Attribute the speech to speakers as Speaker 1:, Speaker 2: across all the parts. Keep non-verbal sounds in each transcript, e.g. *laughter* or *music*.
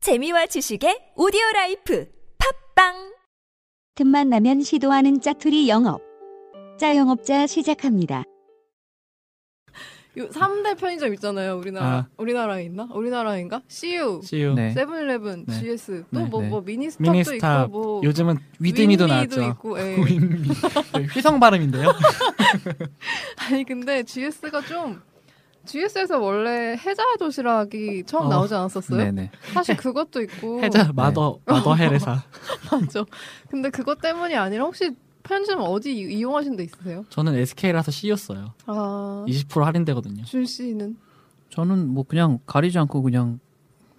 Speaker 1: 재미와 지식의 오디오 라이프 팝빵
Speaker 2: 틈만 나면 시도하는 짜투리 영업. 짜영업자 시작합니다.
Speaker 3: 요 3대 편의점 있잖아요. 우리나라
Speaker 4: 아.
Speaker 3: 우리나라에 있나? 우리나라인가? CU,
Speaker 4: CU.
Speaker 5: 네.
Speaker 3: 세븐일레븐,
Speaker 4: 네.
Speaker 3: GS 또 뭐
Speaker 4: 네,
Speaker 3: 뭐
Speaker 5: 네.
Speaker 3: 미니스탑도
Speaker 4: 미니스탑.
Speaker 3: 있고 뭐
Speaker 4: 요즘은 위드미도 *laughs* 나왔죠.
Speaker 3: 있고, 예.
Speaker 4: 위미. 네,
Speaker 3: *laughs*
Speaker 4: 휘성 발음인데요.
Speaker 3: 아니 근데 GS가 좀 GS에서 원래 해자 도시락이 처음
Speaker 4: 어.
Speaker 3: 나오지 않았었어요?
Speaker 5: 네네. 네.
Speaker 3: 사실 그것도 있고
Speaker 4: *laughs* 해자 마더
Speaker 3: 어.
Speaker 4: 마더 헤레사.
Speaker 3: 맞죠. 근데 그것 때문이 아니라 혹시 편의점 어디 이- 이용하신 데 있으세요?
Speaker 4: 저는 SK라서 C였어요.
Speaker 3: 아,
Speaker 4: 20% 할인되거든요.
Speaker 3: 준 씨는
Speaker 5: 저는 뭐 그냥 가리지 않고 그냥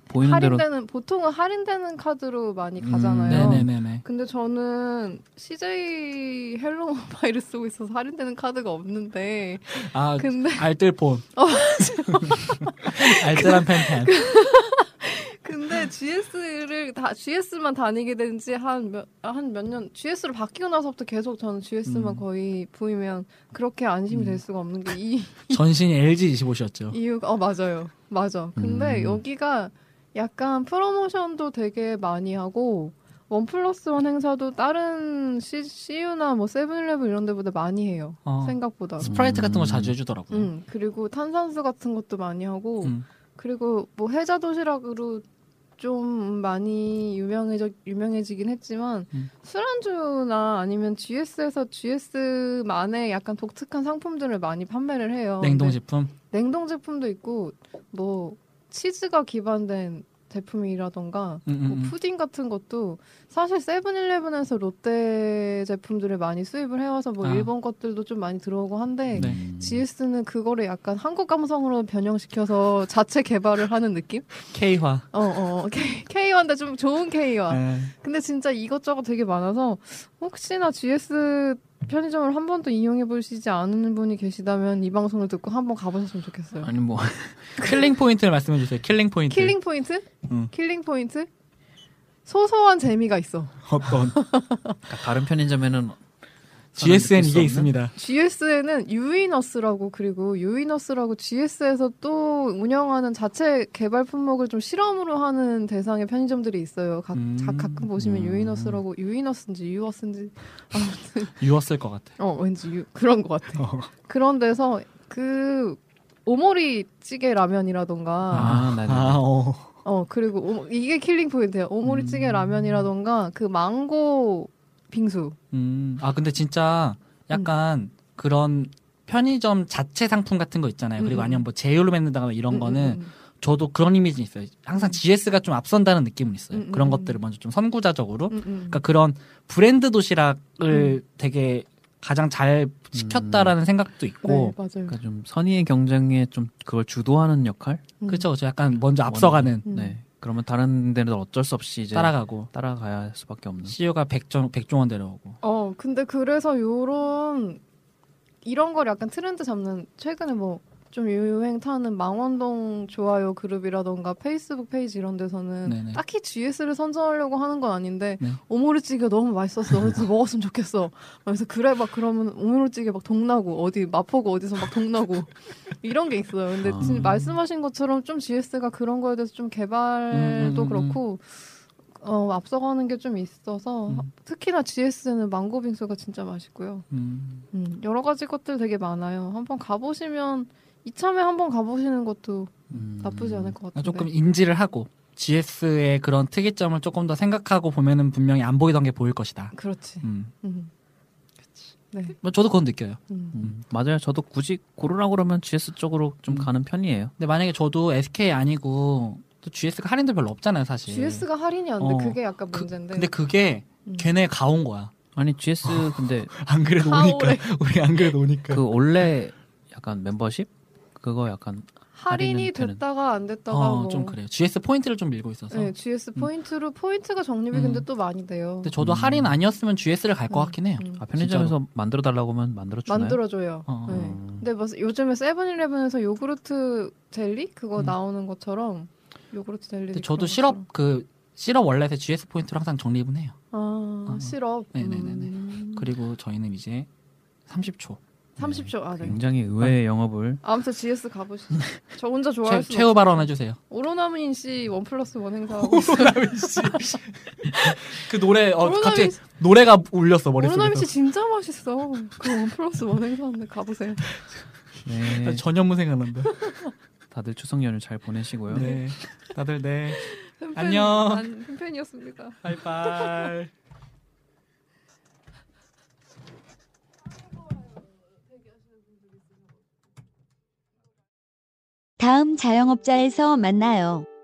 Speaker 5: 보이는 대로
Speaker 3: 할인되는 보통은 할인되는 카드로 많이
Speaker 5: 음,
Speaker 3: 가잖아요.
Speaker 4: 네네네네.
Speaker 3: 근데 저는 CJ 헬로 모바일을 쓰고 있어서 할인되는 카드가 없는데
Speaker 4: 아
Speaker 3: 근데
Speaker 4: 알뜰폰.
Speaker 3: 그 *laughs* 어, 그
Speaker 4: 알뜰한 팬팬.
Speaker 3: 근데 GS를 다 GS만 다니게 된 지 한 몇 한 몇 년 GS로 바뀌고 나서부터 계속 저는 GS만
Speaker 4: 음.
Speaker 3: 거의 보이면 그렇게 안심이 될 수가 없는
Speaker 4: *laughs*
Speaker 3: 게 이
Speaker 4: 전신이 LG 25셨죠.
Speaker 3: 이유가 어 맞아요. 맞아. 근데
Speaker 5: 음.
Speaker 3: 여기가 약간 프로모션도 되게 많이 하고 원 플러스 원 행사도 다른 C, CU나 뭐 세븐일레븐 이런 데보다 많이 해요.
Speaker 4: 어.
Speaker 3: 생각보다.
Speaker 4: 스프라이트 같은 거 자주
Speaker 5: 음.
Speaker 4: 해주더라고요.
Speaker 3: 음, 그리고 탄산수 같은 것도 많이 하고,
Speaker 4: 음.
Speaker 3: 그리고 뭐 해자 도시락으로 좀 많이 유명해져, 유명해지긴 했지만,
Speaker 4: 음.
Speaker 3: 술안주나 아니면 GS에서 GS만의 약간 독특한 상품들을 많이 판매를 해요.
Speaker 4: 냉동
Speaker 3: 근데
Speaker 4: 제품.
Speaker 3: 냉동 제품도 있고, 뭐, 치즈가 기반된 제품이라던가,
Speaker 4: 음, 음,
Speaker 3: 뭐
Speaker 4: 음.
Speaker 3: 푸딩 같은 것도 사실 세븐일레븐에서 롯데 제품들을 많이 수입을 해와서 뭐
Speaker 4: 아.
Speaker 3: 일본 것들도 좀 많이 들어오고 한데
Speaker 4: 네.
Speaker 3: GS는 그거를 약간 한국 감성으로 변형시켜서 자체 개발을 하는 느낌?
Speaker 4: K화.
Speaker 3: 어, 어, K, K1인데 좀 좋은 K1.
Speaker 4: 네.
Speaker 3: 근데 진짜 이것저것 되게 많아서 혹시나 GS 편의점을 한 번도 이용해 보시지 않은 분이 계시다면 이 방송을 듣고 한 번 가보셨으면 좋겠어요.
Speaker 5: 아니 뭐
Speaker 4: *laughs* 킬링 포인트를 말씀해 주세요. 킬링 포인트.
Speaker 3: 킬링 포인트?
Speaker 4: 음.
Speaker 3: 킬링 포인트? 소소한 재미가 있어.
Speaker 4: *laughs* 어떤
Speaker 5: 그러니까 다른 편의점에는
Speaker 4: GSN
Speaker 5: 느낄 수
Speaker 4: 이게
Speaker 5: 없는?
Speaker 4: 있습니다.
Speaker 3: GS에는 유이너스라고 그리고 유이너스라고 GS에서 또 운영하는 자체 개발 품목을 좀 실험으로 하는 대상의 편의점들이 있어요. 가,
Speaker 4: 음.
Speaker 3: 자- 가끔 보시면
Speaker 5: 음.
Speaker 3: 유이너스라고 유이너스인지 유어스인지 아무튼
Speaker 4: 유었을 것 같아.
Speaker 3: 어 왠지 유- 그런 것 같아.
Speaker 4: 어.
Speaker 3: 그런 데서 그 오모리 찌개 라면이라던가
Speaker 5: 아, 네, 네, 네.
Speaker 4: 아, 어.
Speaker 3: 어 그리고 오모- 이게 킬링 포인트예요. 오모리 찌개
Speaker 4: 음.
Speaker 3: 라면이라던가 그 망고 빙수.
Speaker 4: 음, 아 근데 진짜 약간 그런 편의점 자체 상품 같은 거 있잖아요. 그리고
Speaker 3: 음, 음.
Speaker 4: 아니면 뭐 제휴로 맺는다거나 이런
Speaker 3: 음,
Speaker 4: 거는
Speaker 3: 음, 음.
Speaker 4: 저도 그런 이미지 있어요. 항상 GS가 좀 앞선다는 느낌은 있어요.
Speaker 3: 음, 음,
Speaker 4: 그런
Speaker 3: 음.
Speaker 4: 것들을 먼저 좀 선구자적으로,
Speaker 3: 음, 음.
Speaker 4: 그러니까 그런 브랜드 도시락을 되게 가장 잘 시켰다라는 생각도
Speaker 3: 네
Speaker 4: 있고,
Speaker 3: 맞아요.
Speaker 5: 그러니까 좀 선의의 경쟁에 좀 그걸 주도하는 역할.
Speaker 3: 음.
Speaker 4: 그렇죠, 그렇죠. 약간 먼저 앞서가는
Speaker 3: 음.
Speaker 5: 네. 그러면 다른 데는 어쩔 수 없이 이제 음.
Speaker 4: 따라가고.
Speaker 5: 따라가야 할 수밖에 없는.
Speaker 4: CEO가 백종, 백종원 데려오고.
Speaker 3: 어, 근데 그래서 요런 이런 걸 약간 트렌드 잡는 최근에 뭐 좀 유행 타는 망원동 좋아요 그룹이라던가 페이스북 페이지 이런 데서는
Speaker 4: 네네.
Speaker 3: 딱히 GS를 선전하려고 하는 건 아닌데
Speaker 4: 네.
Speaker 3: 오모르찌개가 너무 맛있었어. 어디서 *laughs* 먹었으면 좋겠어. 그래서 그래 막 그러면 오모르찌개 막 동나고 어디 마포구 어디서 막
Speaker 4: *laughs*
Speaker 3: 동나고 이런 게 있어요. 근데
Speaker 5: 아.
Speaker 3: 지금 말씀하신 것처럼 좀 GS가 그런 거에 대해서 좀 개발도
Speaker 4: 음, 음, 음.
Speaker 3: 그렇고 어, 앞서가는 게 좀 있어서
Speaker 4: 음.
Speaker 3: 특히나 GS는 망고 빙수가 진짜 맛있고요.
Speaker 4: 음,
Speaker 3: 음, 여러 가지 것들 되게 많아요. 한번 가보시면 이참에 한번 가보시는 것도
Speaker 5: 음.
Speaker 3: 나쁘지 않을 것 같은데.
Speaker 4: 조금 인지를 하고 GS의 그런 특이점을 조금 더 생각하고 보면은 분명히 안 보이던 게 보일 것이다.
Speaker 3: 그렇지.
Speaker 4: 음.
Speaker 3: 음. 네.
Speaker 4: 뭐 저도 그건 느껴요.
Speaker 3: 음.
Speaker 5: 음, 맞아요. 저도 굳이 고르라고 그러면 GS 쪽으로 좀
Speaker 4: 음.
Speaker 5: 가는 편이에요.
Speaker 4: 근데 만약에 저도 SK 아니고 또 GS가 할인도 별로 없잖아요, 사실.
Speaker 3: GS가 할인이 안 돼.
Speaker 4: 네. 어.
Speaker 3: 그게 약간
Speaker 4: 그-
Speaker 3: 문제인데.
Speaker 4: 근데 그게
Speaker 3: 음.
Speaker 4: 걔네 가온 거야. *laughs*
Speaker 5: 아니 GS 근데
Speaker 4: 안 그래도
Speaker 3: 카오레.
Speaker 4: *laughs* 우리 안 그래도 오니까.
Speaker 5: 그 원래 약간 멤버십 그거 약간
Speaker 3: 할인이
Speaker 5: 할인은 되는-
Speaker 3: 됐다가 안 됐다가
Speaker 4: 어,
Speaker 3: 뭐.
Speaker 4: 아, 좀 그래요. GS 포인트를 좀 밀고 있어서.
Speaker 3: 네, GS 포인트로 포인트가 적립이
Speaker 4: 음.
Speaker 3: 근데 또 많이 돼요.
Speaker 4: 근데 저도
Speaker 5: 음.
Speaker 4: 할인 아니었으면 GS를 갈 것
Speaker 3: 음,
Speaker 4: 같긴 해요.
Speaker 3: 음.
Speaker 5: 아, 편의점에서 만들어 달라고 하면 만들어 주나요?
Speaker 3: 만들어줘요.
Speaker 4: 어.
Speaker 3: 네. 근데 뭐 요즘에 세븐일레븐에서 요구르트 젤리 그거
Speaker 4: 음. 나오는
Speaker 3: 나오는 것처럼 요구르트 젤리.
Speaker 4: 근데 저도 시럽 그 시럽 원래에서 GS 포인트로 항상 적립은 해요.
Speaker 3: 아
Speaker 4: 어.
Speaker 3: 시럽.
Speaker 4: 네네네네.
Speaker 3: 음.
Speaker 4: 그리고 저희는 이제 30초
Speaker 3: 30초. 아, 네.
Speaker 5: 굉장히 의외의 영업을
Speaker 3: 아무튼 GS
Speaker 4: *laughs*
Speaker 3: 가보시죠. 저 혼자
Speaker 4: 최,
Speaker 3: 좋아할 수
Speaker 4: 최후 발언 해주세요.
Speaker 3: *laughs* 오로나민 씨 원플러스 원 행사하고
Speaker 4: 그 노래 어
Speaker 3: 오로나민
Speaker 4: 갑자기
Speaker 3: 씨-
Speaker 4: 노래가 울렸어
Speaker 3: 오로나민 씨
Speaker 4: 머릿속에서.
Speaker 3: 진짜 맛있어. 그 원플러스 원 행사인데 가보세요.
Speaker 4: *laughs*
Speaker 5: 네,
Speaker 4: 전현무 생각난다.
Speaker 5: 다들 추석 연휴 잘 보내시고요.
Speaker 4: 네. 다들 네.
Speaker 3: 팬
Speaker 4: 안녕.
Speaker 3: 팬이었습니다.
Speaker 4: 바이바이.
Speaker 2: 다음 자영업자에서 만나요.